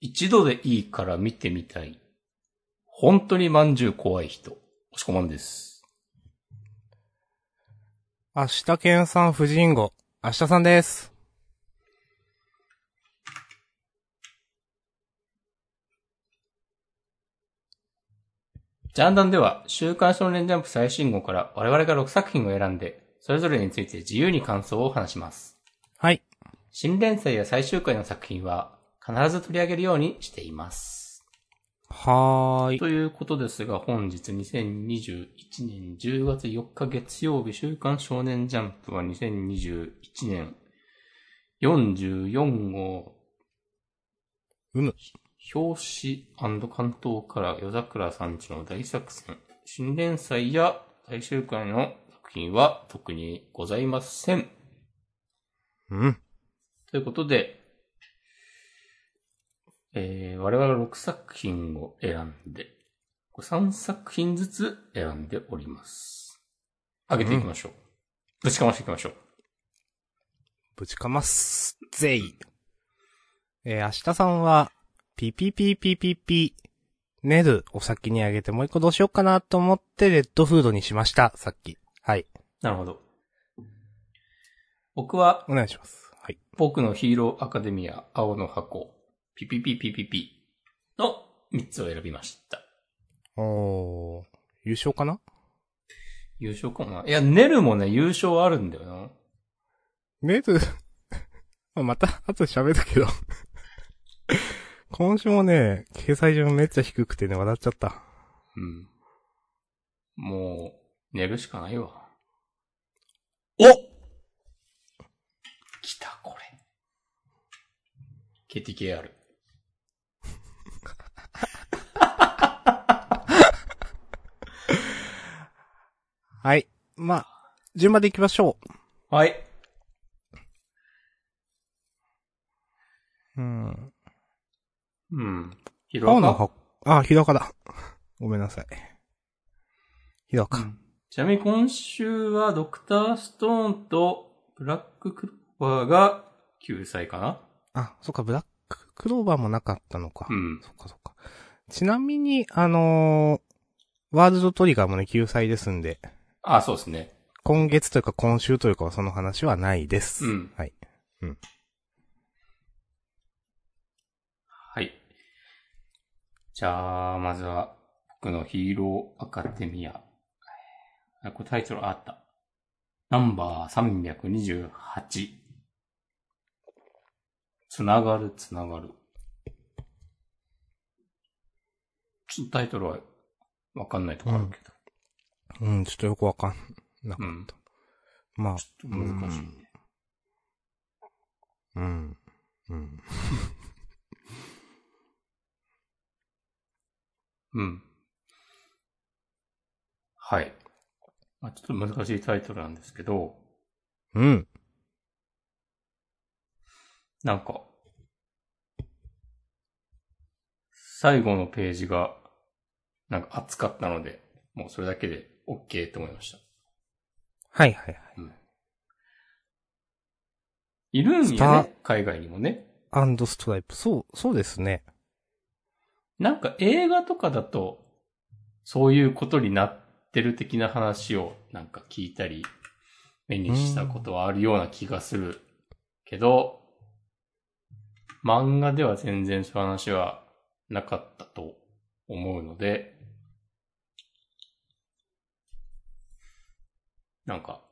一度でいいから見てみたい。本当にまんじゅう怖い人。押しこまんです。明日健さん、婦人号。明日さんです。ジャンダンでは、週刊少年ジャンプ最新号から我々が6作品を選んで、それぞれについて自由に感想を話します。はい。新連載や最終回の作品は、必ず取り上げるようにしています。はーい。ということですが、本日2021年10月4日月曜日、週刊少年ジャンプは2021年44号うむ。表紙関東から夜桜さんちの大作戦、新連載や最終回の作品は特にございません。うん。ということで、えー、我々は6作品を選んで、3作品ずつ選んでおります。上げていきましょう。ぶちかましていきましょう。ぶちかます。ぜい。えー、明日さんは、ピピピピピピ。ネル、お先にあげてもう一個どうしようかなと思って、レッドフードにしました。さっき。はい。なるほど。僕はお願いします。はい。僕のヒーローアカデミア、青の箱、ピピピピピピの3つを選びました。おー。優勝かな優勝かもな。いや、ネルもね、優勝あるんだよな。ネル、 まあまた、後で喋るけど。 今週もね、掲載順めっちゃ低くてね、笑っちゃった。うん。もう、寝るしかないわ。お来た、これ。KTKR。はい。まあ、順番で行きましょはい。う。うん。うん。ヒロ青アのカ箱、あ、ひどかだ。ごめんなさい。ひどうか。んちなみに今週はドクターストーンとブラッククローバーが救済かなあ、そっか、ブラッククローバーもなかったのか。うん。そっかそっか。ちなみに、あのーワールドトリガーもね、救済ですんで、あ、そうですね。今月というか今週というかはその話はないです。うんはい。はい。じゃあ、まずは、僕のヒーローアカデミア。あ、これタイトルあった。ナンバー328。つながる、つながる。ちょっとタイトルは、わかんないとこあるけうん、ちょっとよくわかんなかった。まあ、ど。ちょっと難しいね。うん。うん。うん。はい。まあ、ちょっと難しいタイトルなんですけど、うん。なんか、最後のページが、なんか熱かったので、もうそれだけで OK と思いました。はいはいはい。いるんスタやーね、海外にもね。アンドストライプ。そう、そうですね。なんか映画とかだと、そういうことになってる的な話をなんか聞いたり、目にしたことはあるような気がするけど、漫画では全然そういう話はなかったと思うので、なんか、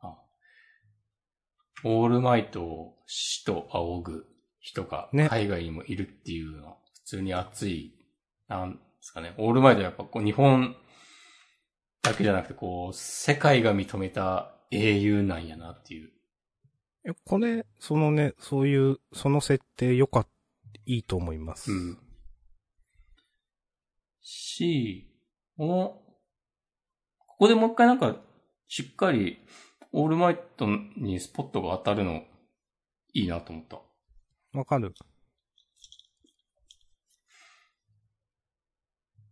あオールマイトを死と仰ぐ人がね海外にもいるっていうのは普通に熱い、なんですかね。オールマイトはやっぱこう日本だけじゃなくてこう世界が認めた英雄なんやなっていう。えこれ、そのね、そういう、その設定良かった、いいと思います。うん。し、この、ここでもう一回なんか、しっかり、オールマイトにスポットが当たるの、いいなと思った。わかる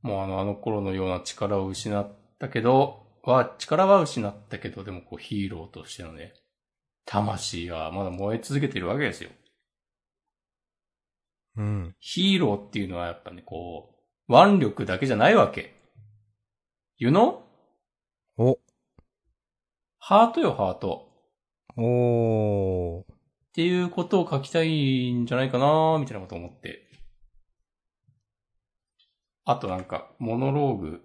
もうあの、あの頃のような力を失ったけど、は、力は失ったけど、でもこうヒーローとしてのね、魂はまだ燃え続けてるわけですよ。うん。ヒーローっていうのはやっぱね、こう、腕力だけじゃないわけ。You know? お、ハートよ、ハート。おー。っていうことを書きたいんじゃないかなみたいなこと思って。あとなんか、モノローグ。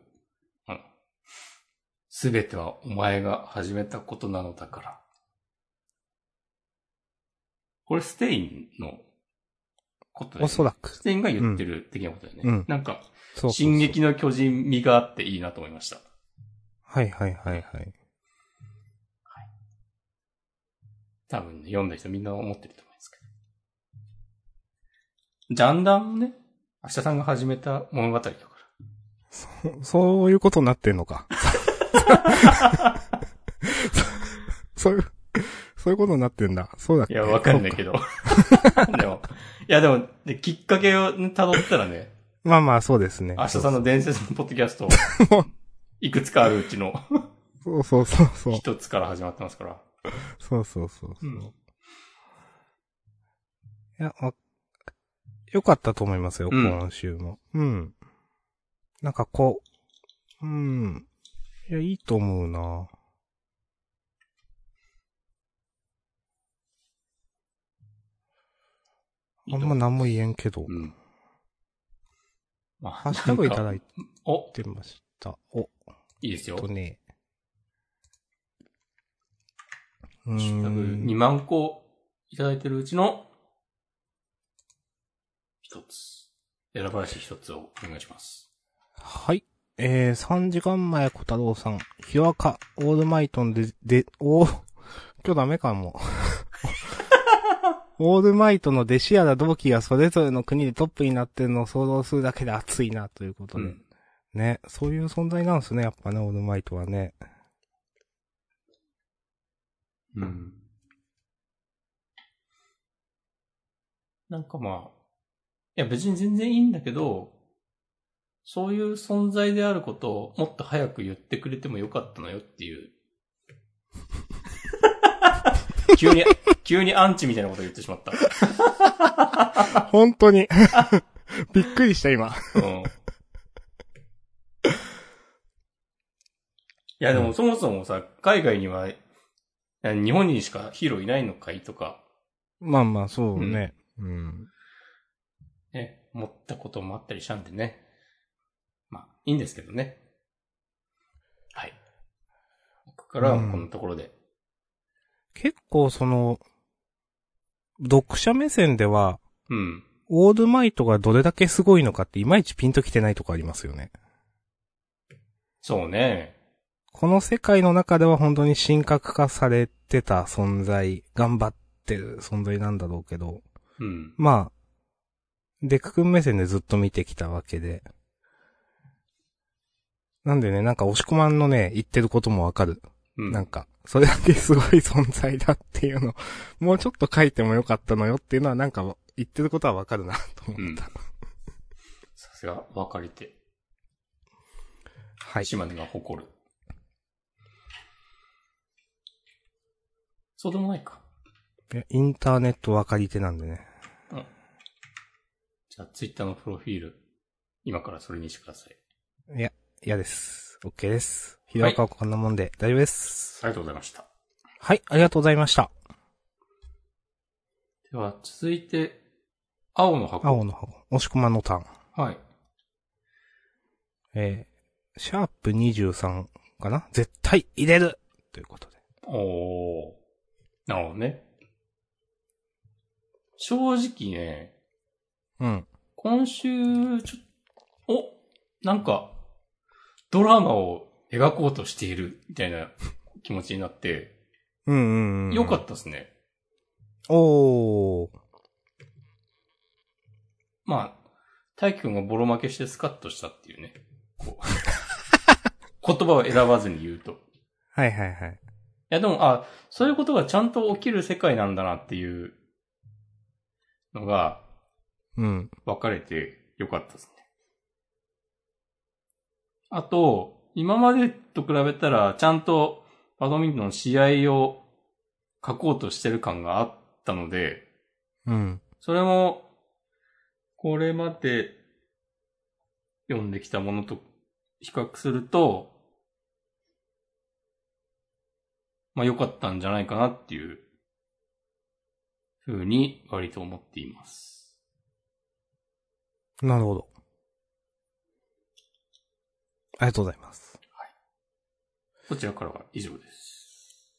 すべてはお前が始めたことなのだから。これ、ステインのことだよねおそらく。ステインが言ってる的なことだよね。うんなんか、そうそうそう進撃の巨人味があっていいなと思いました。はいはいはいはい。多分ね、読んだ人みんな思ってると思うんですけど。ジャンダンもね、明日さんが始めた物語だから。そういうことになってん のか。そういう、そういうことになってんだ。そうだっいけや、わかんないけど。ど。 でも、いやでも、ねきっかけをね辿ったらね、まあまあ、そうですね。明日さんの伝説のポッドキャス ト、いくつかあるうちのそうそうそうそう。一つから始まってますから。そうそうそうそう。うんいや、わよかったと思いますよ、うん今週も。うん。なんかこう、うん。いや、いいと思うなあんま何も言えんけど。うん。まあ、ハッシュタグいただいお、てました。お、いいですよ。とハね。うッシュタグー2ん。万個いただいてるうちの、一つ。選ばれし一つをお願いします。はい。えー、3時間前、小太郎さん。ひわか、オールマイトンで、で、おー、今日ダメかも。 オールマイトの弟子やら同期がそれぞれの国でトップになってるのを想像するだけで熱いな、ということで。うんね、そういう存在なんですね、やっぱね、オールマイトはね。うん。なんかまあ、いや別に全然いいんだけど、そういう存在であることをもっと早く言ってくれてもよかったのよっていう。急に、急にアンチみたいなこと言ってしまった。本当に。 びっくりした、今。うん。いやでもそもそもさ、海外には、いや日本にしかヒーローいないのかいとか、まあまあ、そうね。うん。ね、思ったこともあったりしたんでね。まあ、いいんですけどね。はい。僕からはこのところで。結構その、読者目線では、うん。オールマイトがどれだけすごいのかっていまいちピンときてないとこありますよね。そうね。この世界の中では本当に神格化されてた存在、頑張ってる存在なんだろうけど、うん。まあ、デク君目線でずっと見てきたわけで。なんでね、なんか押し込まんのね、言ってることもわかる。うん。なんか、それだけすごい存在だっていうの、 もうちょっと書いてもよかったのよっていうのはなんか言ってることはわかるなと思った。さすが、分かれて、はい。島根が誇る。そうでもないか。いやインターネット分かり手なんでね。じゃあ、ツイッターのプロフィール、今からそれにしてください。いや、嫌です。OK です。ひどかはこんなもんで、大丈夫です。ありがとうございました。はい、ありがとうございました。では、続いて、青の箱。青の箱、押し込まんのターン。はい。えー、シャープ23かな絶対入れるということで。おー。なるほどね。正直ね、うん。今週、ちょ、お、なんか、ドラマを描こうとしている、みたいな気持ちになって、うんうんうん。よかったですね。た。おー。まあ、大輝くんがボロ負けしてスカッとしたっていうね。こう言葉を選ばずに言うと。いはいはいはい。やでも、あ、そういうことがちゃんと起きる世界なんだなっていうのがうん。分かれてよかったですね。あと、今までと比べたら、ちゃんとバドミントンの試合を書こうとしてる感があったので、うん。それも、これまで読んできたものと比較すると、まあ良かったんじゃないかなっていう、ふうに割と思っています。なるほど。ありがとうございます。こちらからは以上です。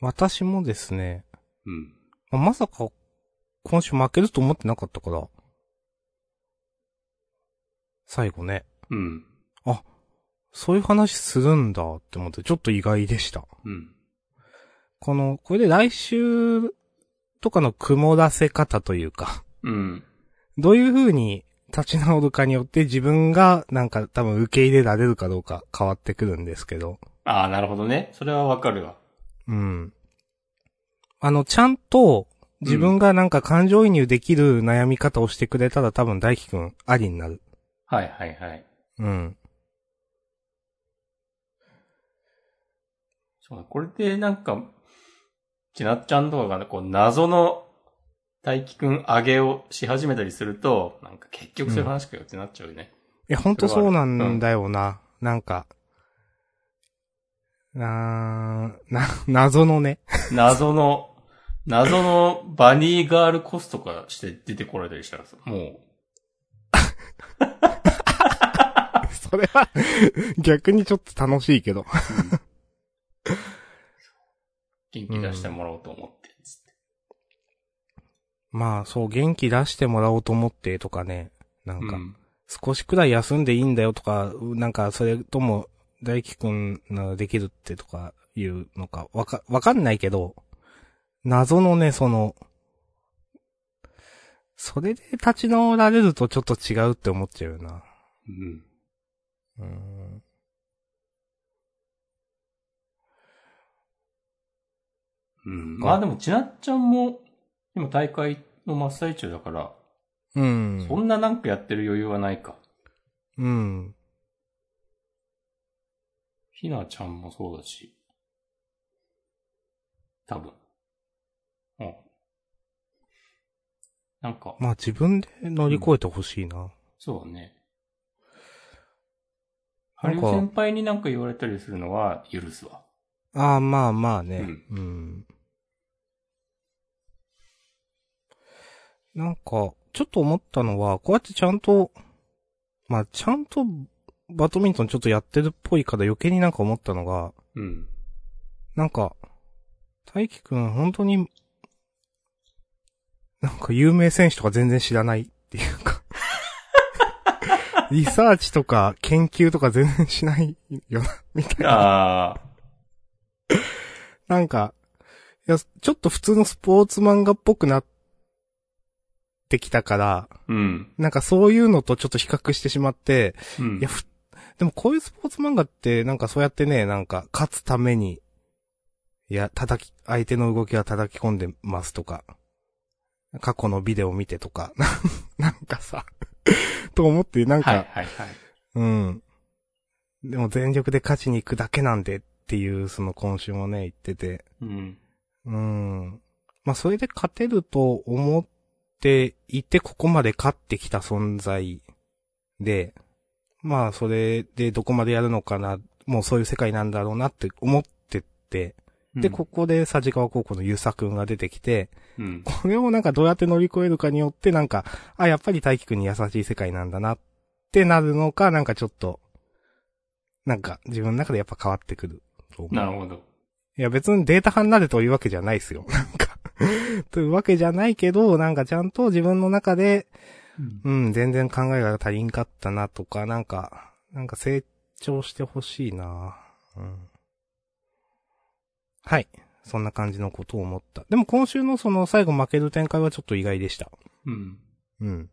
私もですね、うん。まあまさか、今週負けると思ってなかったから。最後ね。うん。そういう話するんだって思って、ちょっと意外でした。うん。この、これで来週とかの曇らせ方というか、うん。どういう風に立ち直るかによって自分がなんか多分受け入れられるかどうか変わってくるんですけど。ああ、なるほどね。それはわかるわ。うん。あの、ちゃんと自分がなんか感情移入できる悩み方をしてくれたら多分大輝くんありになる。はいはいはい。うん。そうだこれでなんか、ちなっちゃんとかがこう謎の大輝くん上げをし始めたりすると、なんか結局そういう話かよってなっちゃうよね。いや、ほんとそうなんだよな。なんか、なーな、謎のね。謎の、謎のバニーガールコスとかして出てこられたりしたらさ、もう、 それは、逆にちょっと楽しいけど。元気出してもらおうと思って、つって。まあ、そう、元気出してもらおうと思ってとかね。なんかう、ん少しくらい休んでいいんだよとか、なんか、それとも、大輝くんならできるってとかいうのか、わか、わかんないけど、謎のね、その、それで立ち直られるとちょっと違うって思っちゃうよな。うん。うーんうん。まあでも、ちなっちゃんも、今大会の真っ最中だから、うん。そんななんかやってる余裕はないか。うん。ひなちゃんもそうだし。多分。うん。なんか、まあ自分で乗り越えてほしいな。そうだね。ハなリウんか先輩になんか言われたりするのは許すわ。ああ、まあまあね。うん。なんか、ちょっと思ったのは、こうやってちゃんと、まあちゃんとバドミントンちょっとやってるっぽいから余計になんか思ったのが、 うん。なんか、大輝くん本当に、なんか有名選手とか全然知らないっていうか、リサーチとか研究とか全然しないよな、みたいな。ああ。なんか、いや、ちょっと普通のスポーツ漫画っぽくなってきたから、うん。なんかそういうのとちょっと比較してしまって、うんいや、。ふでもこういうスポーツ漫画って、なんかそうやってね、なんか、勝つために、いや、叩き、相手の動きは叩き込んでますとか、過去のビデオ見てとか、 なんかさ、と思って、なんか、はいはいはい。うん。でも全力で勝ちに行くだけなんでっていう、その今週もね、言ってて、うん。うん。まあ、それで勝てると思っていて、ここまで勝ってきた存在で、まあ、それでどこまでやるのかな、もうそういう世界なんだろうなって思ってて、で、ここで佐治川高校の遊佐くんが出てきて、 うん。これをなんかどうやって乗り越えるかによって、なんか、あ、やっぱり大輝くんに優しい世界なんだなってなるのか、なんかちょっと、なんか自分の中でやっぱ変わってくると思う。なるほど。いや別にデータ派になるというわけじゃないですよ。 なんか。というわけじゃないけど、なんかちゃんと自分の中で、うん、全然考えが足りんかったなとか、なんか、なんか成長してほしいなうん。はい。そんな感じのことを思った。でも今週のその最後負ける展開はちょっと意外でした。うん。うん。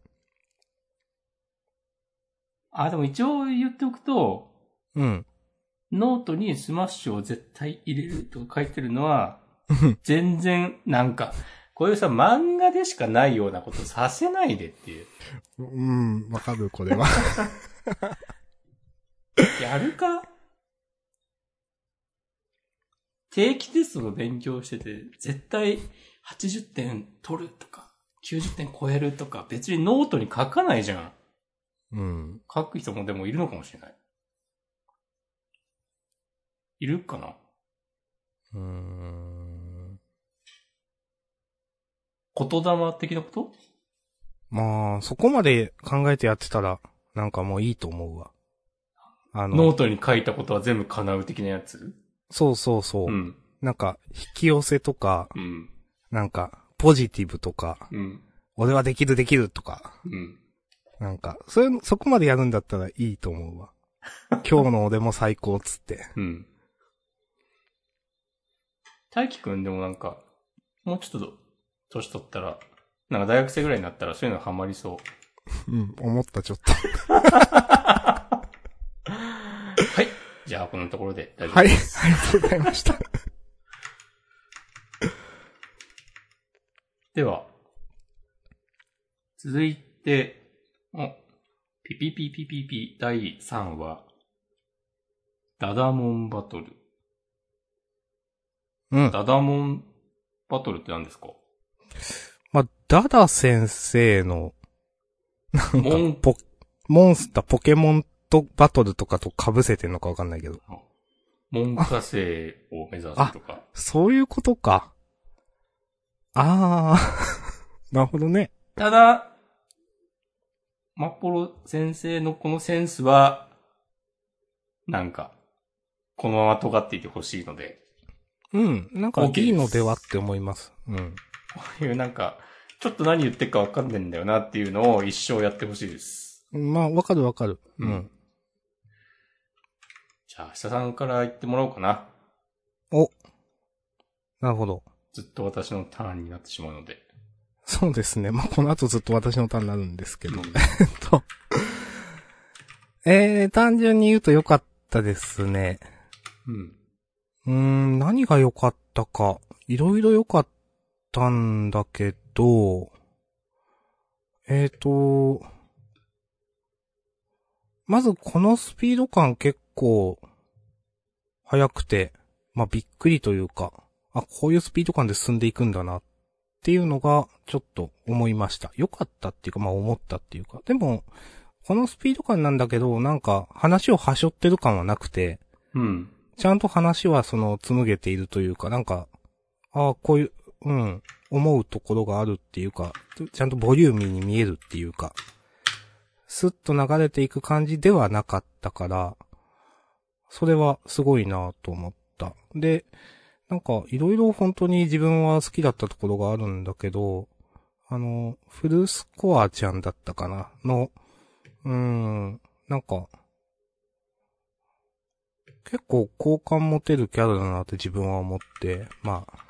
あ、でも一応言っておくと、うん。ノートにスマッシュを絶対入れるとか書いてるのは、全然、なんか、こういうさ、漫画でしかないようなことさせないでっていう。うん、わかる、こ れは。やるか定期テストの勉強してて、絶対80点取るとか、 90点超えるとか、別にノートに書かないじゃん。うん。書く人もでもいるのかもしれない。いるかなうーん。言霊的なことまあ、そこまで考えてやってたら、なんかもういいと思うわ。あの、ノートに書いたことは全部叶う的なやつそうそうそうう。ん。なんか、引き寄せとか、うん。なんか、ポジティブとか、うん。俺はできるできるとか、うん。なんか、それ、そこまでやるんだったらいいと思う わ。今日の俺も最高っつって。うん。大輝くんでもなんか、もうちょっと、年取ったら、なんか大学生ぐらいになったらそういうのハマりそう。うん、思ったちょっと。はい。じゃあ、このところで大丈夫 はい、ありがとうございました。では、続いて、おピピピピピピ第3話、ダダモンバトル。うん。ダダモンバトルって何です かまあ、ダダ先生の、なんかモン、ポ、モンスター、ポケモンとバトルとかと被せてんのかわかんないけど。文科生を目指すとか。そういうことか。あー。 なるほどね。ただ、マッポロ先生のこのセンスは、なんか、このまま尖っていてほしいので、うん。なんか OK ですいいのではって思います。うん。こういうなんか、ちょっと何言ってるかわかんないんだよなっていうのを一生やってほしいです。まあ、わかるわかる。ううんん。じゃあ、下さんから言ってもらおうかな。なるほど。ずっと私のターンになってしまうので。そうですね。まあ、この後ずっと私のターンになるんですけど。えっと。 えー、単純に言うと良かったですね。うん。うーん、何が良かったか。いろいろ良かったんだけど、えっ、と、まずこのスピード感結構、速くて、まあ、びっくりというか、あ、こういうスピード感で進んでいくんだな、っていうのが、ちょっと思いました。良かったっていうか、まあ、思ったっていうか。でも、このスピード感なんだけど、なんか、話を端折ってる感はなくて、うん。ちゃんと話はその紡げているというか、なんか、ああ、こういう、うん、思うところがあるっていうか、ちゃんとボリューミーに見えるっていうか、スッと流れていく感じではなかったから、それはすごいなと思った。で、なんか、いろいろ本当に自分は好きだったところがあるんだけど、あの、フルスコアちゃんだったかなの、うーん、なんか、結構好感持てるキャラだなって自分は思って、まあ、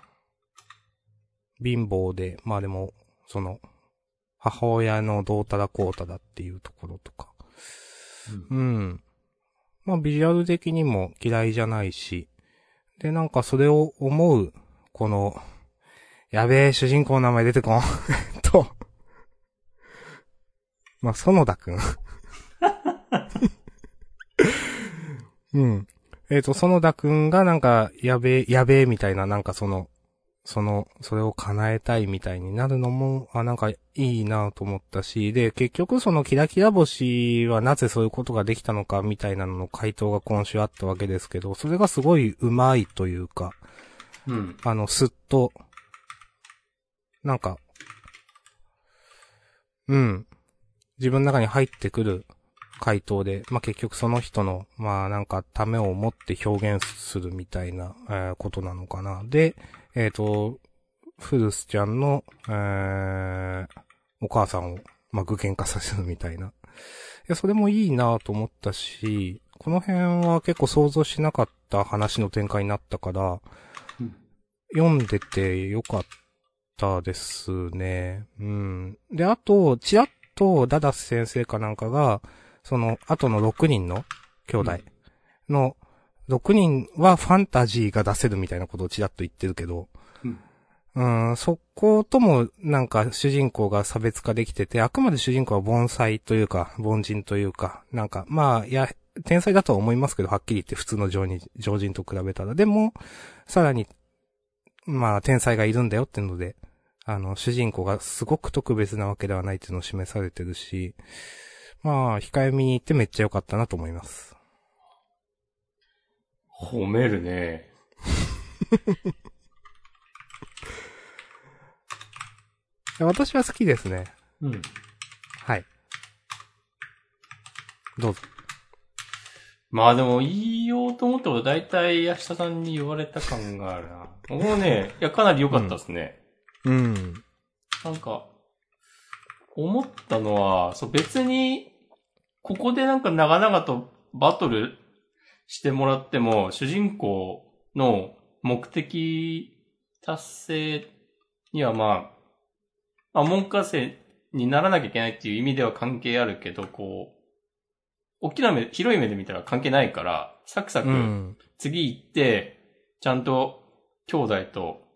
貧乏で、まあでも、その、母親のどうたらこうたらっていうところとか。うん。まあビジュアル的にも嫌いじゃないし、で、なんかそれを思う、この、やべえ、主人公の名前出てこん。えっ と、まあ、園田 くん。うん。えっ、と、園田くんがなんか、やべえ、やべえみたいな、なんかその、その、それを叶えたいみたいになるのも、あ、なんかいいなと思ったし、で、結局そのキラキラ星はなぜそういうことができたのかみたいなのの回答が今週あったわけですけど、それがすごい上手いというか、うん。あの、すっと、なんか、うん。自分の中に入ってくる回答で、まあ、結局その人の、まあ、なんか、ためを持って表現するみたいな、えーことなのかな。で、えっ、と、フルスちゃんの、えーお母さんを、まあ、具現化させるみたいな。いや、それもいいなと思ったし、この辺は結構想像しなかった話の展開になったから、読んでてよかったですね。うん。で、あと、ちらっとダダス先生かなんかが、その、後の6人の兄弟の、6人はファンタジーが出せるみたいなことをちらっと言ってるけど、うんうん、そことも、なんか、主人公が差別化できてて、あくまで主人公は盆栽というか、凡人というか、なんか、まあ、いや、天才だとは思いますけど、はっきり言って普通の常人、常人と比べたら。でも、さらに、まあ、天才がいるんだよっていうので、ああの、主人公がすごく特別なわけではないっていうのを示されてるし、まあ、控えめに言ってめっちゃ良かったなと思います。褒めるね。私は好きですね。うん。はい。どうぞ。まあでも、言いようと思ったこと大体、明日さんに言われた感があるな。僕もね、いや、かなり良かったですね。うん。なんか、思ったのは、そう別に、ここでなんか長々とバトルしてもらっても、主人公の目的達成にはまあ、まあ、文科生にならなきゃいけないっていう意味では関係あるけど、こう、大きな目、広い目で見たら関係ないから、サクサク、うん。次行って、ちゃんと兄弟と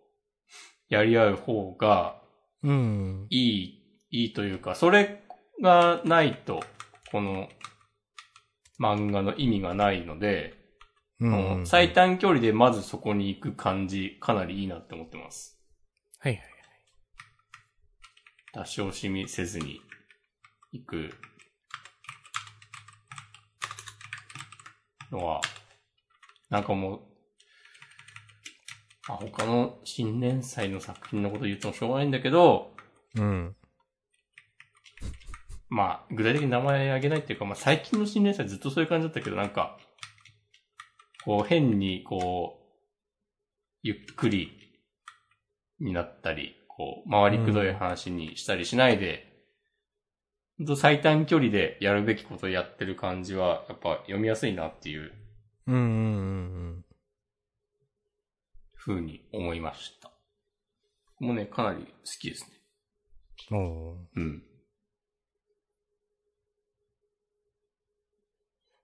やり合う方が、うん。いい、いいというか、それがないと、この漫画の意味がないので、うこの最。短距離でまずそこに行く感じ、かなりいいなって思ってます。はいはい。出し惜しみせずに行くのは、なんかもう、まあ、他の新年祭の作品のこと言ってもしょうがないんだけど、うん。まあ、具体的に名前あげないっていうか、まあ最近の新年祭ずっとそういう感じだったけど、なんか、こう変に、こう、ゆっくりになったり、こう、回りくどい話にしたりしないで、ほんと最短距離でやるべきことをやってる感じは、やっぱ読みやすいなっていううんうんうんふうに思いました。もうね、かなり好きですね。うん。おーうん。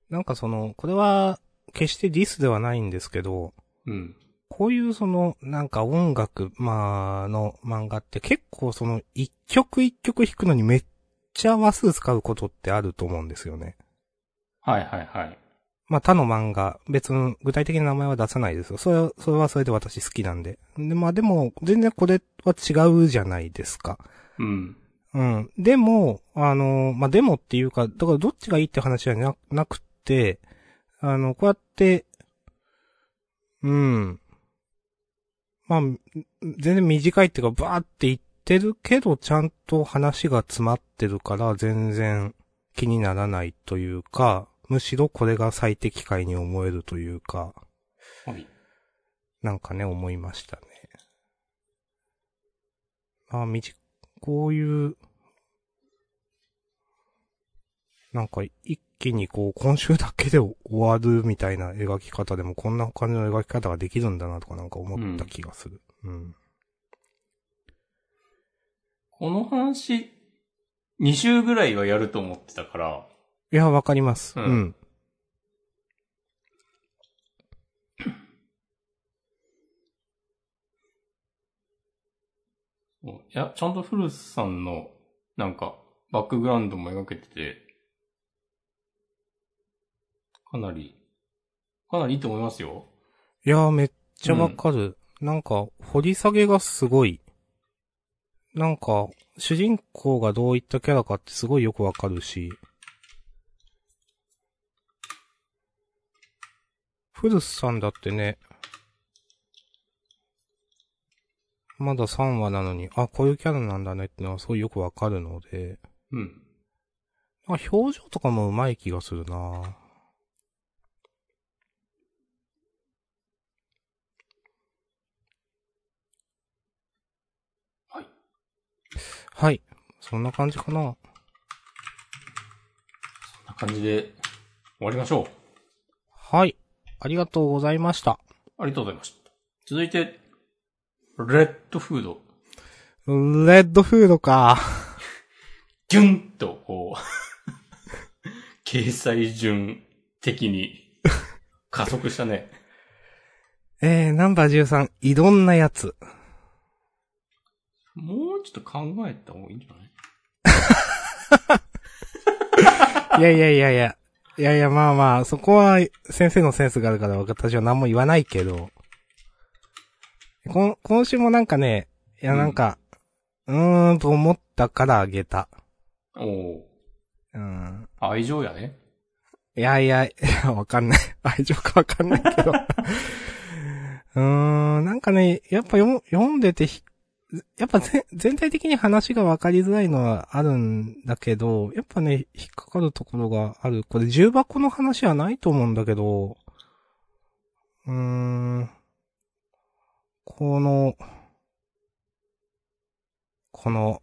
なんかその、これは、決してディスではないんですけど、うん。こういうその、なんか音楽、まあ、の漫画って結構その、一曲一曲弾くのにめっちゃ話数使うことってあると思うんですよね。はいはいはい。まあ、他の漫画、別の具体的な名前は出さないですよ。それは、それはそれで私好きなんで。で、まあでも、全然これは違うじゃないですか。うん。うん。でも、あの、まあ、でもっていうか、だからどっちがいいって話はななくて、あの、こうやって、うん。まあ、ん全然短いっていうか、バーって言ってるけど、ちゃんと話が詰まってるから、全然気にならないというか、むしろこれが最適解に思えるというか、はい。なんかね、思いましたね。あ、みじ、こういう、なんか一気にこう、今週だけで終わるみたいな描き方でも、こんな感じの描き方ができるんだなとかなんか思った気がする。うん。この話、2週ぐらいはやると思ってたから、いや、わかります。ううんん。いや、ちゃんと古スさんの、なんか、バックグラウンドも描けてて、かなり、かなりいいと思いますよ。いやー、めっちゃわかる。なんか、掘り下げがすごい。なんか、主人公がどういったキャラかってすごいよくわかるし。古巣さんだってね、まだ3話なのに、あ、こういうキャラなんだねってのはすごいよくわかるので、うん。あ表情とかもうまい気がするなはい。はい。そんな感じかなこんな感じで、終わりましょはい。ありがとうございました。う。ありがとうございました。続いて、レッドフード。レッドフードか。ギュンと、こう、 掲載順的に、加速したね。えー、ナンバー13、いろんなやつ。もうちょっと考えた方がいいんじゃないいやいやいやいや。いやいや、まあまあ、そこは先生のセンスがあるから私は何も言わないけど。こん今週もなんかね、いやなんか、うーんと思ったからあげた。おおうん。ー愛情や ね。いやいや、 いやわかんない。愛情かわかんないけど。 うーん、なんかね、やっぱ読読んでてひ、やっぱぜ全体的に話がわかりづらいのはあるんだけど、やっぱね、引っかかるところがある。これ重箱の話はないと思うんだけど、うーん、この、この、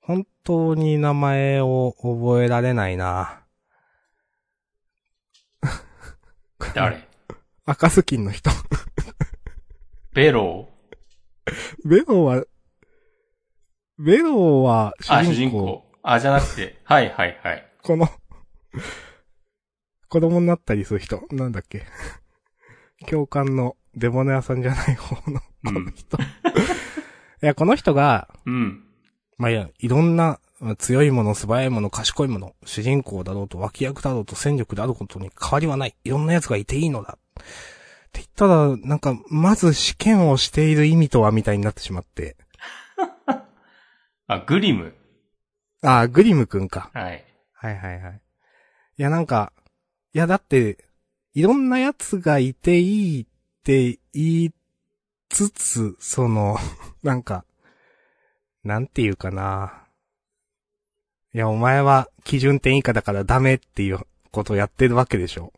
本当に名前を覚えられないな。誰赤スキンの人。 ベロベロは、ベロは主あ、人公。主人公。あ、じゃなく て。はいはいはい。この、子供になったりする人。なんだっけ。教官のデモネアさんじゃない方の うこのん。人。いや、この人が、うん。まあ、いや、いろんな、まあ強いもの、素早いもの、賢いもの、主人公だろうと、脇役だろうと、戦力であることに変わりはない。いろんな奴がいていいのだ。って言ったら、なんか、まず試験をしている意味とは、みたいになってしまって。あ、グリム。ああ、グリム君か。はい。はいはいはい。いやなんか、いやだって、いろんなやつがいていいって言いつつ、その、 なんか、なんていうかな。いや、お前は基準点以下だからダメっていうことをやってるわけでしょ。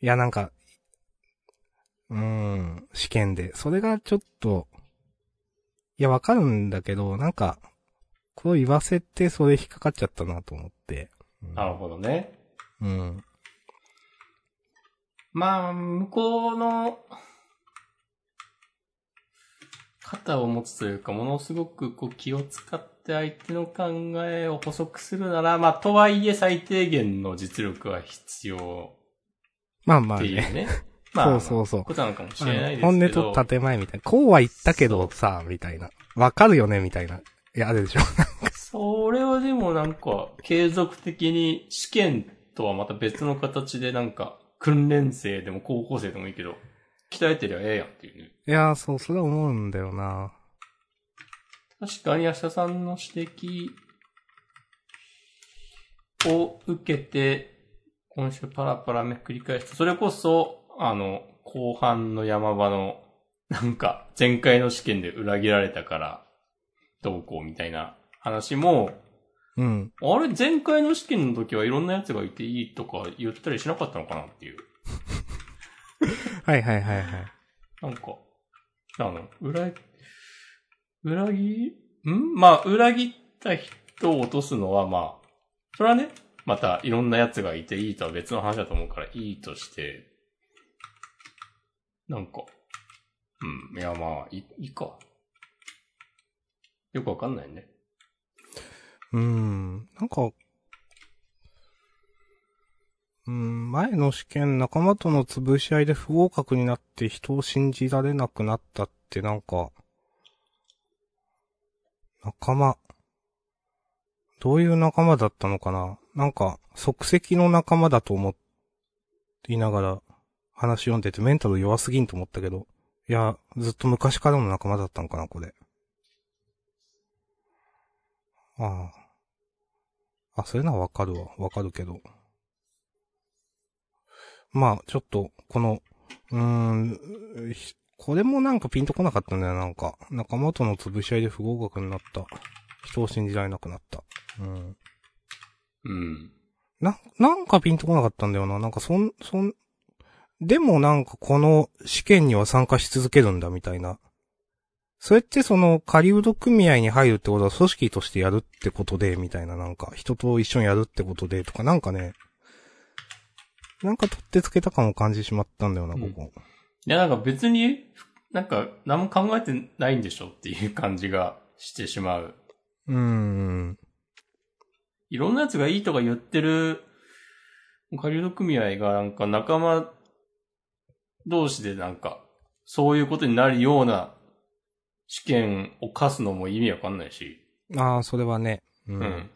いや、なんか、うーん、試験で。それがちょっと、いや、わかるんだけど、なんか、こう言わせて、それ引っかかっちゃったなと思って。うんなるほどね。うん。まあ、向こうの、肩を持つというか、ものすごくこう気を使って相手の考えを補足するなら、まあ、とはいえ最低限の実力は必要まあまっあていうね。ね。まあ、そうそうそうことなのかもしれないですけど。本音と建前みたいな。こうは言ったけどさ、みたいな。わかるよね、みたいな。いや、あるでしょ。それはでもなんか、継続的に試験とはまた別の形でなんか、訓練生でも高校生でもいいけど、鍛えてりゃええやんっていうね。いや、そう、それは思うんだよな。確かに、明日さんの指摘を受けて、今週パラパラめくり返すと、それこそ、あの、後半の山場の、なんか、前回の試験で裏切られたから、どうこうみたいな話も、うん。あれ、前回の試験の時はいろんな奴がいていいとか言ったりしなかったのかなっていう。はいはいはいはい。なんか、あの、裏、裏切り、んまあ、裏切った人を落とすのはまあ、それはね、またいろんな奴がいていいとは別の話だと思うからいいとして、なんか、うん、いやまあ、いいいか。よくわかんないね。うーん。なんか、うーん、前の試験仲間との潰し合いで不合格になって人を信じられなくなったってなんか、仲間、どういう仲間だったのかななんか、即席の仲間だと思いながら話読んでてメンタル弱すぎんと思ったけど、いや、ずっと昔からの仲間だったのかな、これ。ああ。あ、そういうのはわかるわ。わかるけど。まあ、ちょっと、この、うーん、ひこれもなんかピンとこなかったんだよ、なんか。仲間との潰し合いで不合格になった。人を信じられなくなった。うん。うん。な、なんかピンとこなかったんだよな。なんかそん、そん、でもなんかこの試験には参加し続けるんだみたいな。それってその、仮ウド組合に入るってことは組織としてやるってことで、みたいななんか、人と一緒にやるってことで、とかなんかね、なんか取ってつけた感を感じてしまったんだよな、ここ。いや、なんか別に、なんか何も考えてないんでしょっていう感じがしてしまう。うーん。いろんなやつがいいとか言ってる、下流の組合がなんか仲間同士でなんか、そういうことになるような試験を課すのも意味わかんないし。ああ、それはね。う。うんん。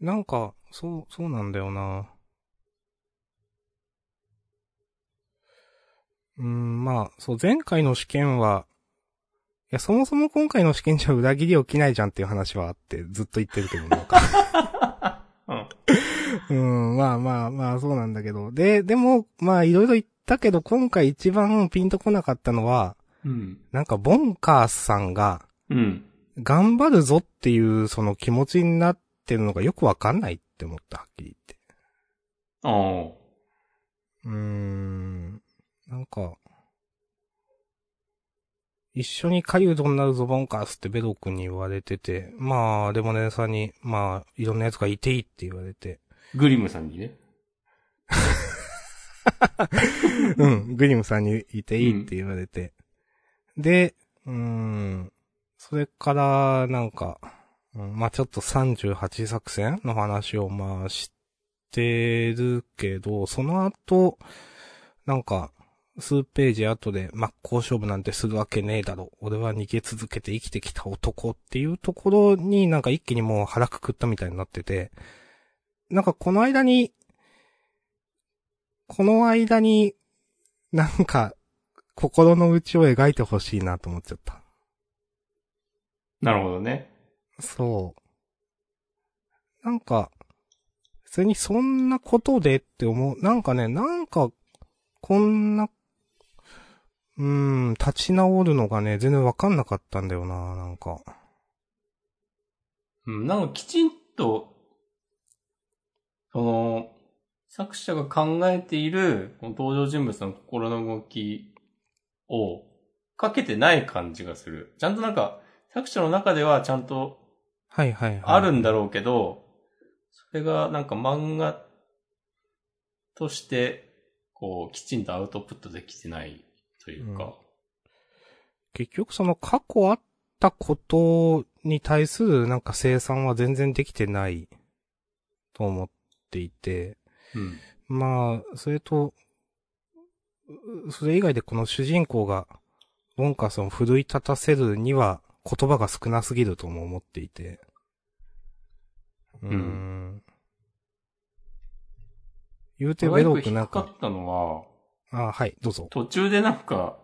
なんか、そう、そうなんだよな。ううん、まあ、そう、前回の試験は、いや、そもそも今回の試験じゃ裏切り起きないじゃんっていう話はあって、ずっと言ってるけど、なんか。うん。 うん、まあまあまあ、そうなんだけど。で、でも、まあ、いろいろ言ったけど、今回一番ピンとこなかったのは、うん。なんか、ボンカースさんが、うん。頑張るぞっていう、その気持ちになってるのがよくわかんないって思った、はっきり言って。ああ。うーん。なんか、一緒に狩人になるぞ、ボンカースってベロ君に言われてて、まあ、レモネさんに、まあ、いろんな奴がいていいって言われて、グリムさんにね。うん、グリムさんにいていいって言われて。で、うーん、それから、なんか、うんまあちょっと38作戦の話をまあしてるけど、その後、なんか、数ページ後で真っ向勝負なんてするわけねえだろ。俺は逃げ続けて生きてきた男っていうところになんか一気にもう腹くくったみたいになってて、なんかこの間に、この間に、なんか、心の内を描いてほしいなと思っちゃった。なるほどね。そう。なんか、普通にそんなことでって思う。なんかね、なんか、こんな、うーん、立ち直るのがね、全然わかんなかったんだよな、なんか。うん、なんかきちんと、その、作者が考えている、この登場人物の心の動きをかけてない感じがする。ちゃんとなんか、作者の中ではちゃんとはいはいはい。あるんだろうけど、それがなんか漫画として、こう、きちんとアウトプットできてないというか。結局その過去あったことに対するなんか生産は全然できてないと思っていて、うん。まあ、それと、うそれ以外でこの主人公が、ウォンカーさんを奮い立たせるには言葉が少なすぎるとも思っていて。うーん。う言うてで、ベベロローク引なんっかかか、ったのは、あはい、どうぞ。途中でなんか、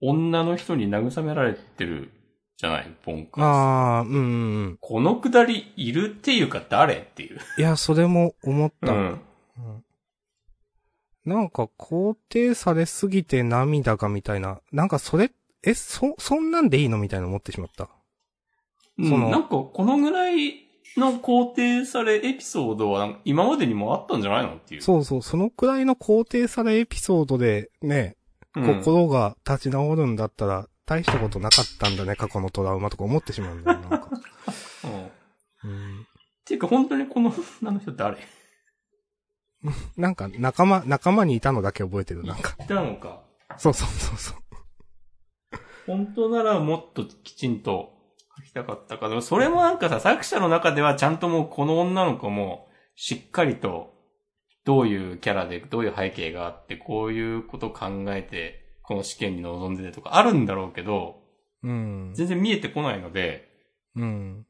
女の人に慰められてるじゃない、ボンカース。ああ、うんうんうん。このくだりいるっていうか誰っていう。いや、それも思った。ん。うんなんか肯定されすぎて涙がみたいな。なんかそれ、え、そ、そんなんでいいのみたいな思ってしまった。うんそのなんかこのぐらいの肯定されエピソードはなんか今までにもあったんじゃないのっていう。そうそう、そのくらいの肯定されエピソードでね、うん心が立ち直るんだったら、大したことなかったんだね、過去のトラウマとか思ってしまうんだよ、なん か。うんっうんていうか本当にこの女の人誰 なんか、仲間、仲間にいたのだけ覚えてる、なんか。いたのか。そうそうそうそう。本当ならもっときちんと書きたかったか。でもそれもなんかさ、作者の中ではちゃんともうこの女の子もしっかりとどういうキャラで、どういう背景があって、こういうことを考えて、この試験に臨んでてとかあるんだろうけど、うん。全然見えてこないので、うん。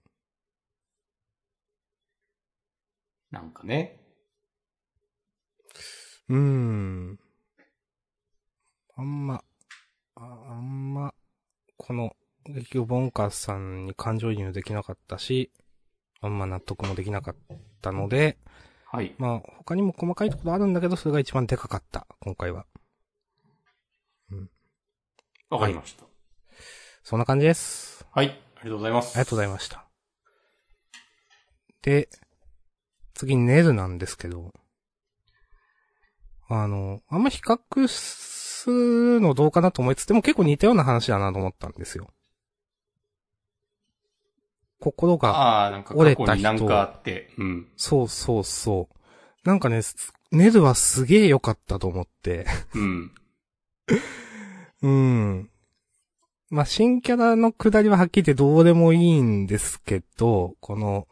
なんかね。うん。あんま、ああんま、この、結局ボンカースさんに感情移入できなかったし、あんま納得もできなかったので、はい。まあ、他にも細かいところあるんだけど、それが一番でかかった、今回は。わかりました。そんな感じです。はい。ありがとうございます。ありがとうございました。で、次、ネルなんですけど、あの、あんま比較するのどうかなと思いつつ、でも結構似たような話だなと思ったんですよ。心がああ、なんか過去になんかあって。うん。そうそうそう。なんかね、すネルはすげえ良かったと思って。うん。うん。まあ、新キャラの下りははっきり言ってどうでもいいんですけど、この、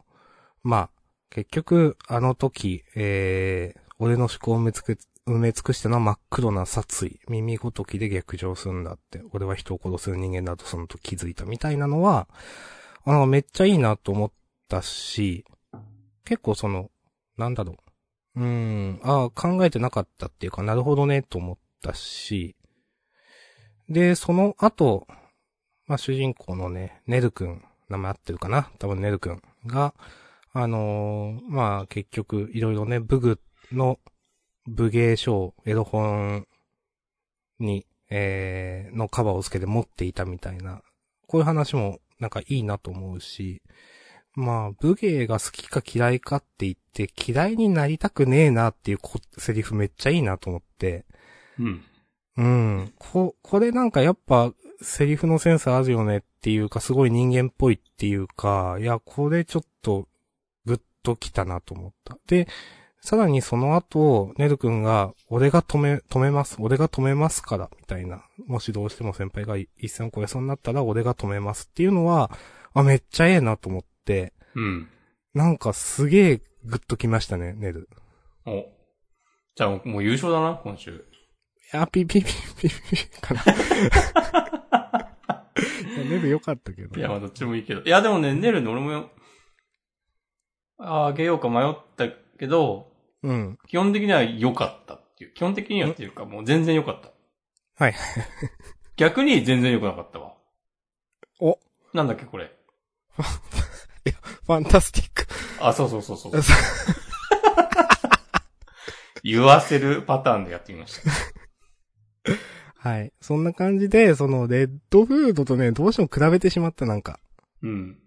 まあ、結局、あの時、えー、俺の思考を埋め尽く埋め尽くしたのは真っ黒な殺意。耳ごときで逆上するんだって。俺は人を殺す人間だとその時気づいたみたいなのは、あの、めっちゃいいなと思ったし、結構その、なんだろう。うーん、ああ、考えてなかったっていうか、なるほどね、と思っったし、で、その後、まあ、主人公のね、ネル君、名前合ってるかな多分ネル君が、あのーまあ、結局、いろいろね、武具の武芸書、エロ本に、えー、のカバーをつけて持っていたみたいな、こういう話も、なんかいいなと思うし、まあ、武芸が好きか嫌いかって言って、嫌いになりたくねえなっていうこセリフめっちゃいいなと思って、うん。うん。こ、これなんかやっぱ、セリフのセンスあるよねっていうか、すごい人間っぽいっていうか、いや、これちょっと、ぐっときたなと思った。で、さらにその後、ねるくんが、俺が止め、止めます、俺が止めますから、みたいな。もしどうしても先輩がい一線を越えそうになったら、俺が止めますっていうのは、あ、めっちゃええなと思って、うん。なんかすげえぐっときましたね、ねる。お。じゃあもう優勝だな、今週。いや、ピピピピピピかな。 いや、ネル良かったけど。いや、まあどっちもいいけど。いや、でもね、ネルに俺も、ああげようか迷ったけど、うん。基本的には良かったっていう。基本的にはっていうか、もう全然良かった。はい。 逆に全然良くなかったわ。お、フなんだっけ、これ。ァンタスティック。あ、そうそうそうそう。 言わせるパターンでやってみました。はい。そんな感じで、その、レッドフードとね、どうしても比べてしまった、なんか。うん。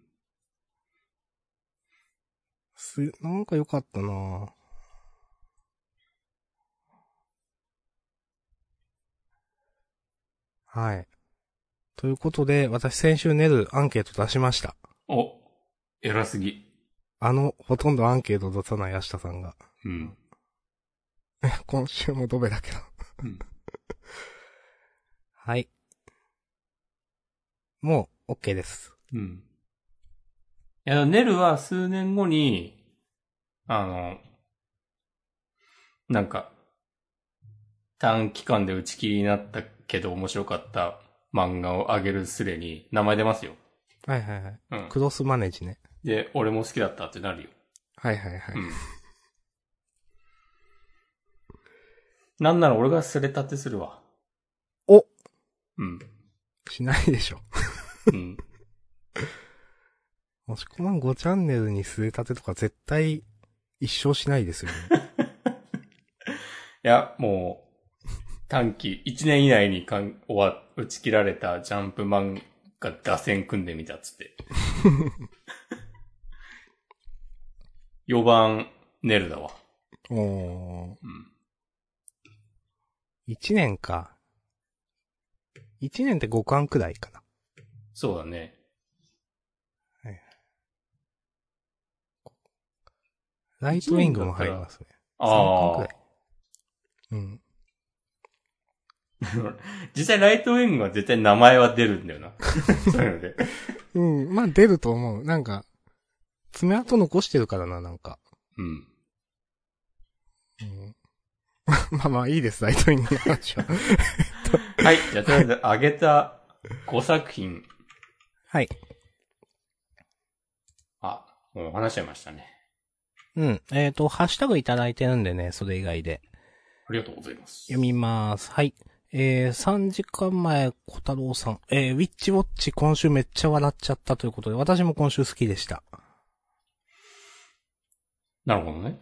す、なんか良かったなぁはい。ということで、私先週ネルアンケート出しました。お、偉すぎ。あの、ほとんどアンケート出さない明日さんが。うん。今週もドベだけどうん。 はい。もう、OK です。うん。いや、ネルは数年後に、あの、なんか、短期間で打ち切りになったけど面白かった漫画をあげるすれに名前出ますよ。はいはいはい。うん。クロスマネージね。で、俺も好きだったってなるよ。はいはいはい。うん。なんなら俺がすれ立てするわ。おうん。しないでしょ。うん。もしこまん5チャンネルに据え立てとか絶対一生しないですよね。 いや、もう、短期、1年以内にかん終わ、打ち切られたジャンプ漫画打線組んでみたっつって。4番、ネルだわ。おー。うん。 1年か。1年って5巻くらいかな。そうだね。ライトウィングも入りますね。ああ。うん。実際ライトウィングは絶対名前は出るんだよな。 そういうので。うん。まあ出ると思う。なんか、爪痕残してるからな、なんか。うん。うん、 まあまあいいです、ライトウィングの話は。はい。じゃあ、とりあえず、あげた5作品。 はい。あ、もう話しちゃいましたね。うん。えっ、と、ハッシュタグいただいてるんでね、それ以外で。ありがとうございます。読みます。はい。えー、3時間前、小太郎さん。えー、ウィッチウォッチ今週めっちゃ笑っちゃったということで、私も今週好きでした。なるほどね。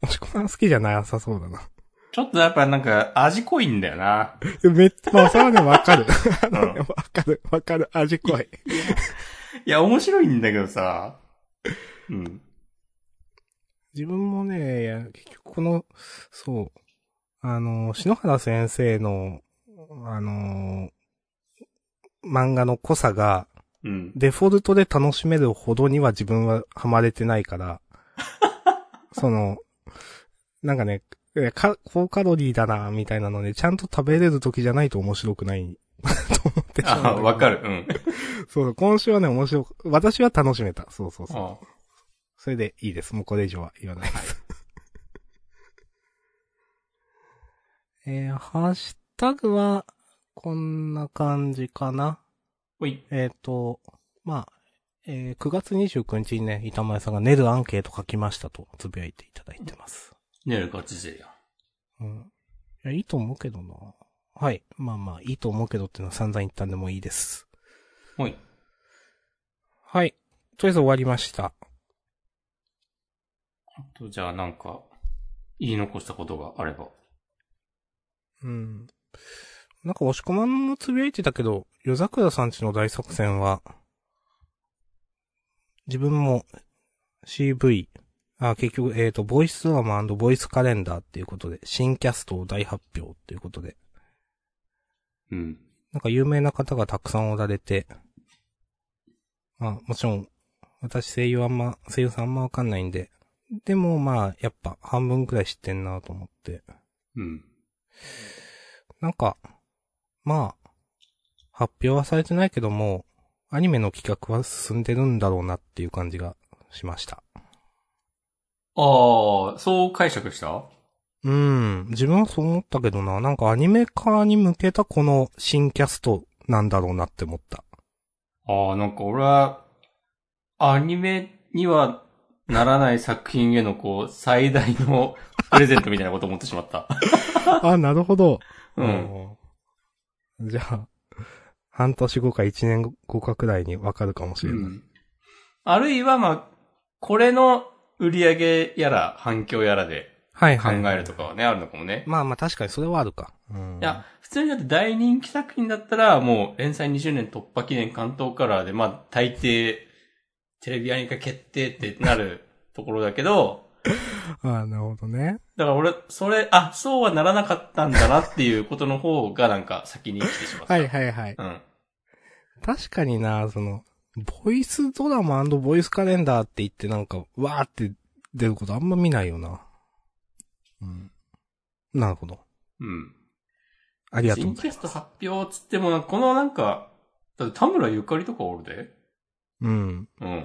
もしこさん好きじゃなさそうだな。 ちょっとやっぱなんか味濃いんだよな。めっちゃ、まあ、それはね、わかる。 あんのね、わかる、わかる、味濃い。いや、面白いんだけどさ。うん。自分もね、いや結局この、そう、あの、篠原先生の、あの、漫画の濃さが、 うん。デフォルトで楽しめるほどには自分はハマれてな いから、その、なんかね、いやか高カロリーだな、みたいなので、ちゃんと食べれる時じゃないと面白くない、と思ってしまうんだあけどわか。る。うん。そう、今週はね、面白く、私は楽しめた。そうそうそう。あそれでいいです。もうこれ以上は言わないです。 えー、ハッシュタグは、こんな感じかな。ほい。えっ、と、まあ、えー9月29日にね、板前さんが寝るアンケート書きましたとつぶやいていただいてます。ねるガチ勢や。うん。いや、いいと思うけどな。はい。まあまあ、いいと思うけどっていうのは散々言ったんでもういいです。はい。はい。とりあえず終わりました。あと、じゃあなんか、言い残したことがあれば。うん。なんか、押し込まんもつぶやいてたけど、夜桜さんちの大作戦は、自分も CV、あ、結局、えっ、と、ボイスアーマンボイスカレンダーっていうことで、新キャストを大発表っていうことで、うん。なんか有名な方がたくさんおられて、まあ、もちろん、私声優あんま、声優さんあんまわかんないんで、でもまあ、やっぱ半分くらい知ってんなと思って、うん。なんか、まあ、発表はされてないけども、アニメの企画は進んでるんだろうなっていう感じがしました。ああ、そう解釈したうん、自分はそう思ったけどな、なんかアニメ化に向けたこの新キャストなんだろうなって思った。ああ、なんか俺は、アニメにはならない作品へのこう、最大の プレゼントみたいなこと思ってしまった。 あ、なるほど。うん。うん。じゃあ、半年後か一年後かくらいにわかるかもしれない。あるいは、まあ、これの売り上げやら反響やらではい考はい。えるとかはね、あるのかもね。まあまあ確かにそれはあるか。うん。いや、普通にだって大人気作品だったら、もう連載20年突破記念関東カラーで、まあ、大抵、テレビアニ化決定ってなるところだけど、 あなるほどね。だから俺、それ、あ、そうはならなかったんだなっていうことの方がなんか先に来てしまった。はいはいはい。うん。確かにな、その、ボイスドラマボイスカレンダーって言ってなんか、わーって出ることあんま見ないよな。うん。なるほど。うん。ありがとう新ござキいャまスす。ト発表っつってもな、このなんか、だって田村ゆかりとかおるで。うん。うん。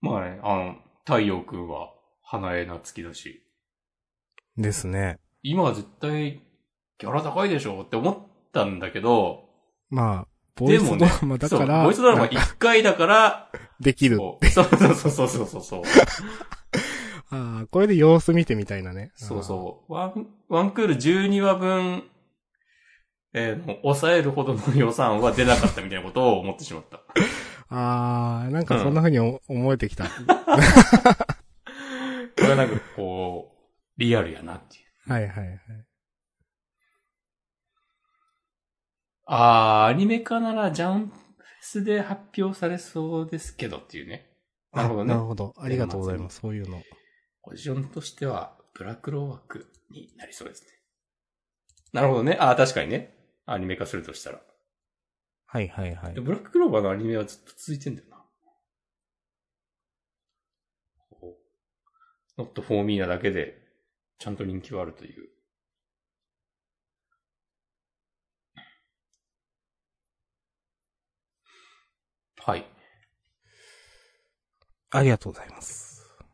まあね、あの、太陽くんは花江夏樹だし、ですね。今は絶対ギャラ高いでしょって思ったんだけど、まあ、ボでイスもドねラマだかそうら、ボイスドラマなんか1回だから、できる。こうそうそうそうそうそうそう。ああ、これで様子見てみたいなね。そうそう。ワン、ワンクール12話分、えー、もう抑えるほどの予算は出なかったみたいなことを思ってしまった。ああ、なんかそんな風にお思えて きた。これはなんかこう、リアルやなっていう。はいはいはい。あー、アニメ化ならジャンプフェスで発表されそうですけどっていうね。なるほどねなる。ほど。ありがとうございます。そういうの。ポジションとしては、ブラクロ枠になりそうですね。なるほどね。あー、確かにね。アニメ化するとしたら。はいはいはいで。ブラッククローバーのアニメはずっと続いてんだよな。こう not for me なだけで、ちゃんと人気はあるという。はい。ありがとうございます。あ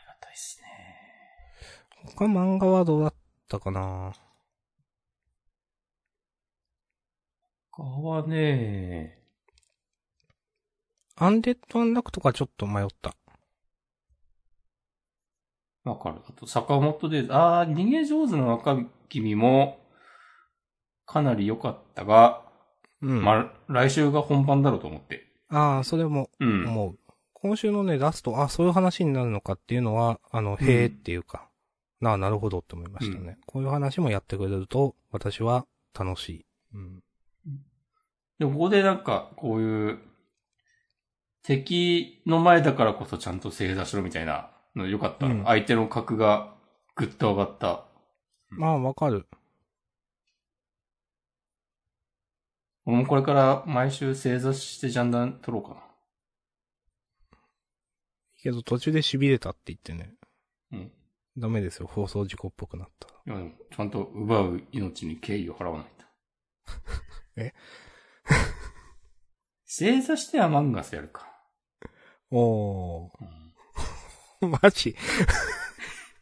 りがたいですね。他漫画はどうだったかな他はね、アンデッドアンラックとかちょっと迷った。わかる。あと、坂本デイズ。ああ、逃げ上手の若君も、かなり良かったが、うん。まあ、来週が本番だろうと思って。ああ、それもうん。思う。今週のね、ラスト、あ、そういう話になるのかっていうのは、あの、うんへえっていうか、なあ、なるほどって思いましたね。こういう話もやってくれると、私は楽しい。うん。でもここでなんか、こういう、敵の前だからこそちゃんと正座しろみたいなの良かったな、うん相手の格がぐっと上がった。まあ、わかる。俺もこれから毎週正座してジャンダン取ろうかけど途中で痺れたって言ってね。な。うん。ダメですよ。放送事故っぽくなったいやら。でも、ちゃんと奪う命に敬意を払わないと。 え 正座してアマンガスやるか。おうんー。 マジ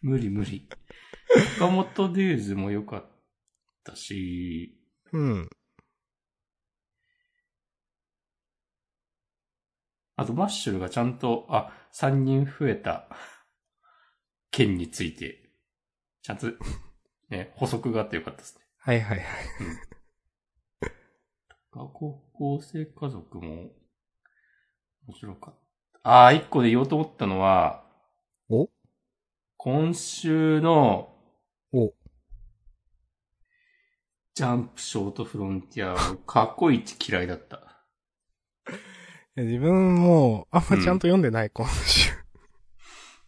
無理無理。岡本デイズも良かったし、うん。あと、マッシュルがちゃんと、あ、3人増えた件について、ちゃんと、 ね、補足があってよかったですね。はいはいはい。高校生家族も、面白かった。ああ、一個で言おうと思ったのは、お今週の、おジャンプショートフロンティア、過去一嫌いだった。いや自分も、あんまちゃんと読んでない、今週。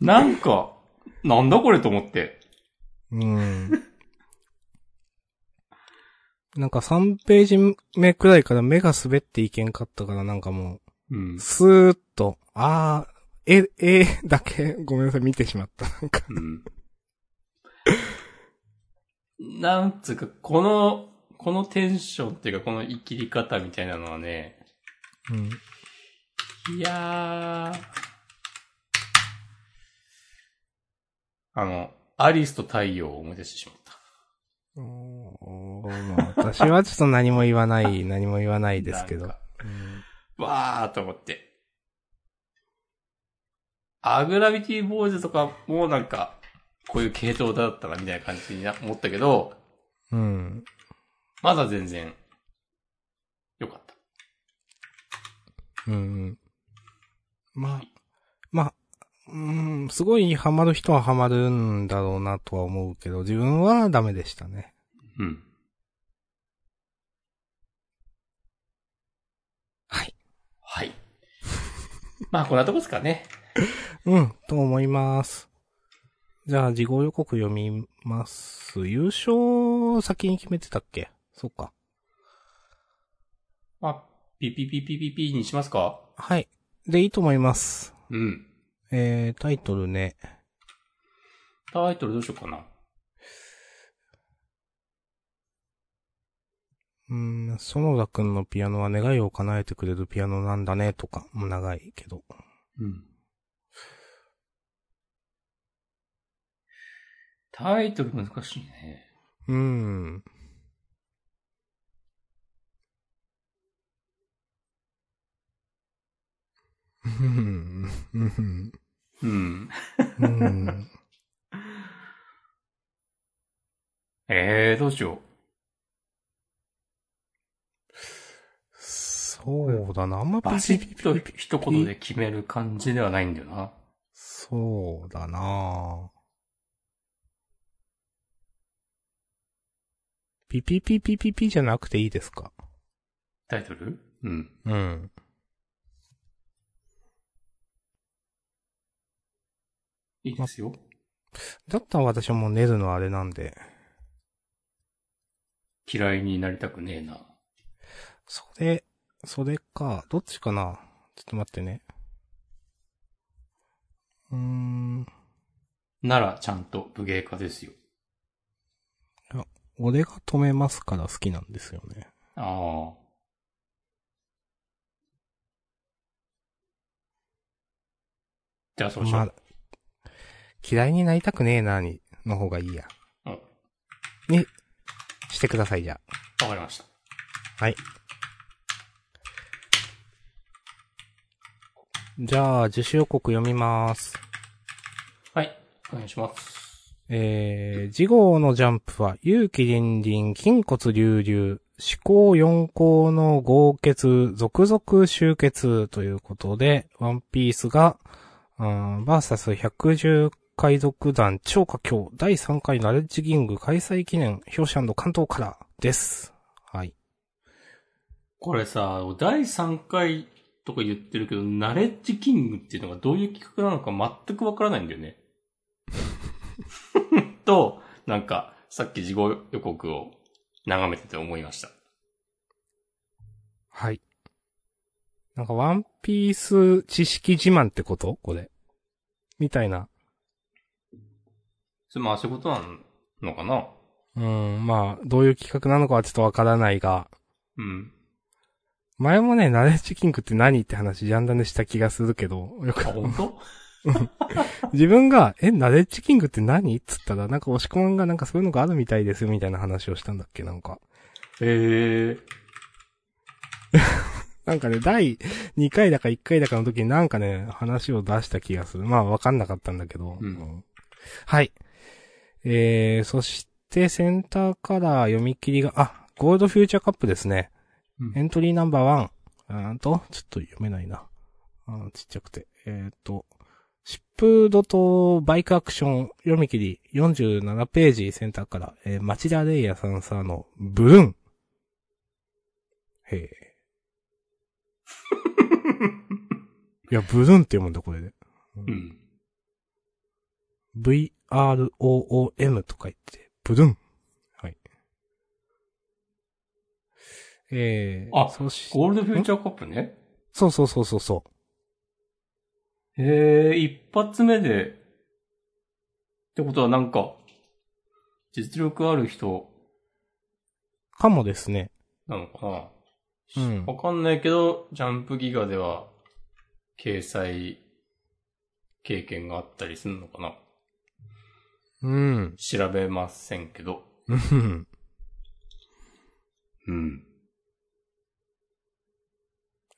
なんか、なんだこれと思って。うん。なんか3ページ目くらいから目が滑っていけんかったからなんかもうんう、。スーッと、あー、え、えだけ、ごめんなさい、見てしまった。なんか、うん。なんつうか、この、このテンションっていうか、この生きり方みたいなのはね、うん。いやー。あの、アリスと太陽を思い出してしまった。おーまあ私はちょっと何も言わ ない、何も言わないですけど。なんかうんわーと思って。アグラビティボーイズとかもなんか、こういう系統だったなみたいな感じにな思ったけど、うん。まだ全然、よかった。うんうん。まあ、まあ、うん、すごいハマる人はハマるんだろうなとは思うけど、自分はダメでしたね。うん。はい。はい。 まあ、こんなとこですかね。うん、と思います。じゃあ、事後予告読みます。優勝先に決めてたっけそっか。まあ、ピピピピピピにしますかはい。で、いいと思います。うん。えー、タイトルね。タイトルどうしようかな。うん、園田くんのピアノは願いを叶えてくれるピアノなんだね、とか、もう長いけど。うん。タイトル難しいね。うん。うんうんうん。うんええー、どうしよそうだな、あんまう。バシッと一言で決める感じではないんだよな。そうだなピピピピピピじゃなくていいですかタイトルうん。うん。いいですよ。だったら私はもうネルのあれなんで。嫌いになりたくねえな。それ、それか、どっちかなちょっと待ってね。うーん、なら、ちゃんと武芸家ですよ。俺が止めますから好きなんですよね。ああ。じゃあ、そうしよう。まあ、嫌いになりたくねえなに、の方がいいや。うん。に、してください、じゃあ。わかりました。はい。じゃあ、受賞予告読みます。はい。お願いします。えー、次号のジャンプは、勇気凛々、筋骨隆々、思考四項の合結、続々集結ということで、ワンピースが、うんバーサス110海賊団超華強第3回ナレッジギング開催記念、表紙関東からです。はい。これさ、第3回とか言ってるけど、ナレッジキングっていうのがどういう企画なのか全くわからないんだよね。 と、なんか、さっき事後予告を眺めてて思いました。はい。なんかワンピース知識自慢ってことこれ。みたいな。それまあ、そういうことなのかなうん、まあ、どういう企画なのかはちょっとわからないが、うん。前もね、ナレッジキングって何って話、ジャンダンでした気がするけど、よあ、く、本当？自分が、え、ナレッジキングって何っつったら、なんか押し込まんがなんかそういうのがあるみたいですよ、みたいな話をしたんだっけ、なんか。へえ。なんかね、第2回だか1回だかの時になんかね、話を出した気がする。まあ、わかんなかったんだけど。うんはい。えー、そして、センターカラー読み切りが、あ、ゴールドフューチャーカップですね。うんエントリーナンバーワン。うーんと、ちょっと読めないな。あーちっちゃくて。えっ、と、シップドとバイクアクション読み切り47ページセンターから、えー、町田レイヤさんさんのブルーン。へえ。いや、ブルーンって読むんだ、これで。うん。 VROOM と書いて、ブルーン。はい。えー、あそしゴールドフューチャーカップね。そうそうそうそうそう。へえ、一発目で。ってことはなんか、実力ある人かもですね。なのかなうんわかんないけど、ジャンプギガでは、掲載経験があったりするのかなうん。調べませんけど。うんうん。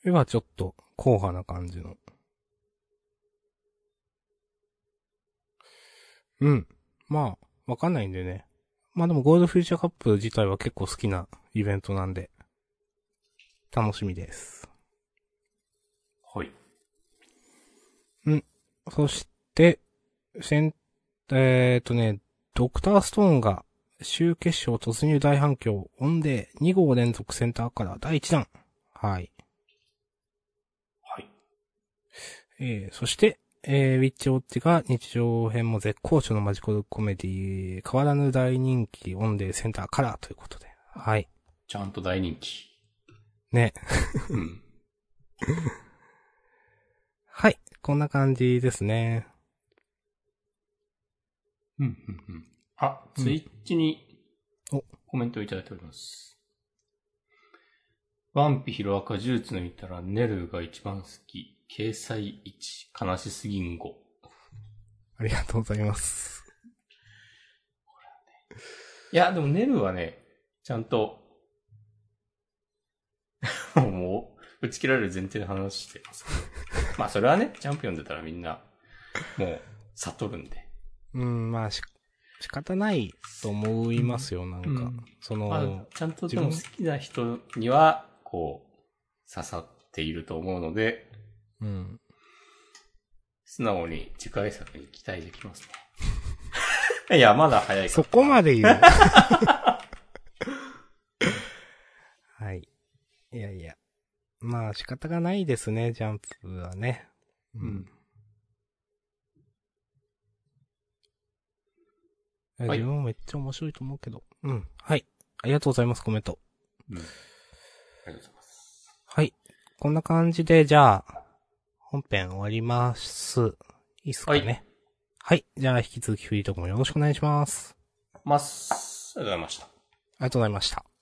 絵はちょっと、硬派な感じの。うん。まあ、わかんないんでね。まあでも、ゴールドフューチャーカップ自体は結構好きなイベントなんで、楽しみです。はい。そして、せん、えー、っとね、ドクターストーンが、週決勝突入大反響、オンデー2号連続センターから第1弾。はい。はい。えー、そして、えー、ウィッチウォッチが日常編も絶好調のマジコルコメディ、変わらぬ大人気、オンデーセンターカラーということで。はい。ちゃんと大人気。ね。うん。はい。こんな感じですね。うん、うん、うん。あ、うんツイッチにおコメントをいただいております。ワンピヒロアカ呪術の見たらネルが一番好き。掲載1、悲しすぎんご。ありがとうございます。いや、でもネルはね、ちゃんと、 もう、打ち切られる前提で話してます。まあ、それはね、チャンピオン出たらみんな、もう、悟るんで。うん、まあ、し、仕方ないと思いますよ、なんか。うんそまの、あ、ちゃんとでも好きな人には、こう、刺さっていると思うので、うん。素直に次回作に期待できます ね。いや、まだ早いそこまで。で 言う。はい。いやいや。まあ仕方がないですね、ジャンプはね。ううん。えはい自分もめっちゃ面白いと思うけど。うん。はい。ありがとうございます、コメント。うんありがとうございます。はい。こんな感じで、じゃあ、本編終わります。いいっすかね。ははい。じゃあ、引き続きフリートークもよろしくお願いします。ます。ありがとうございました。ありがとうございました。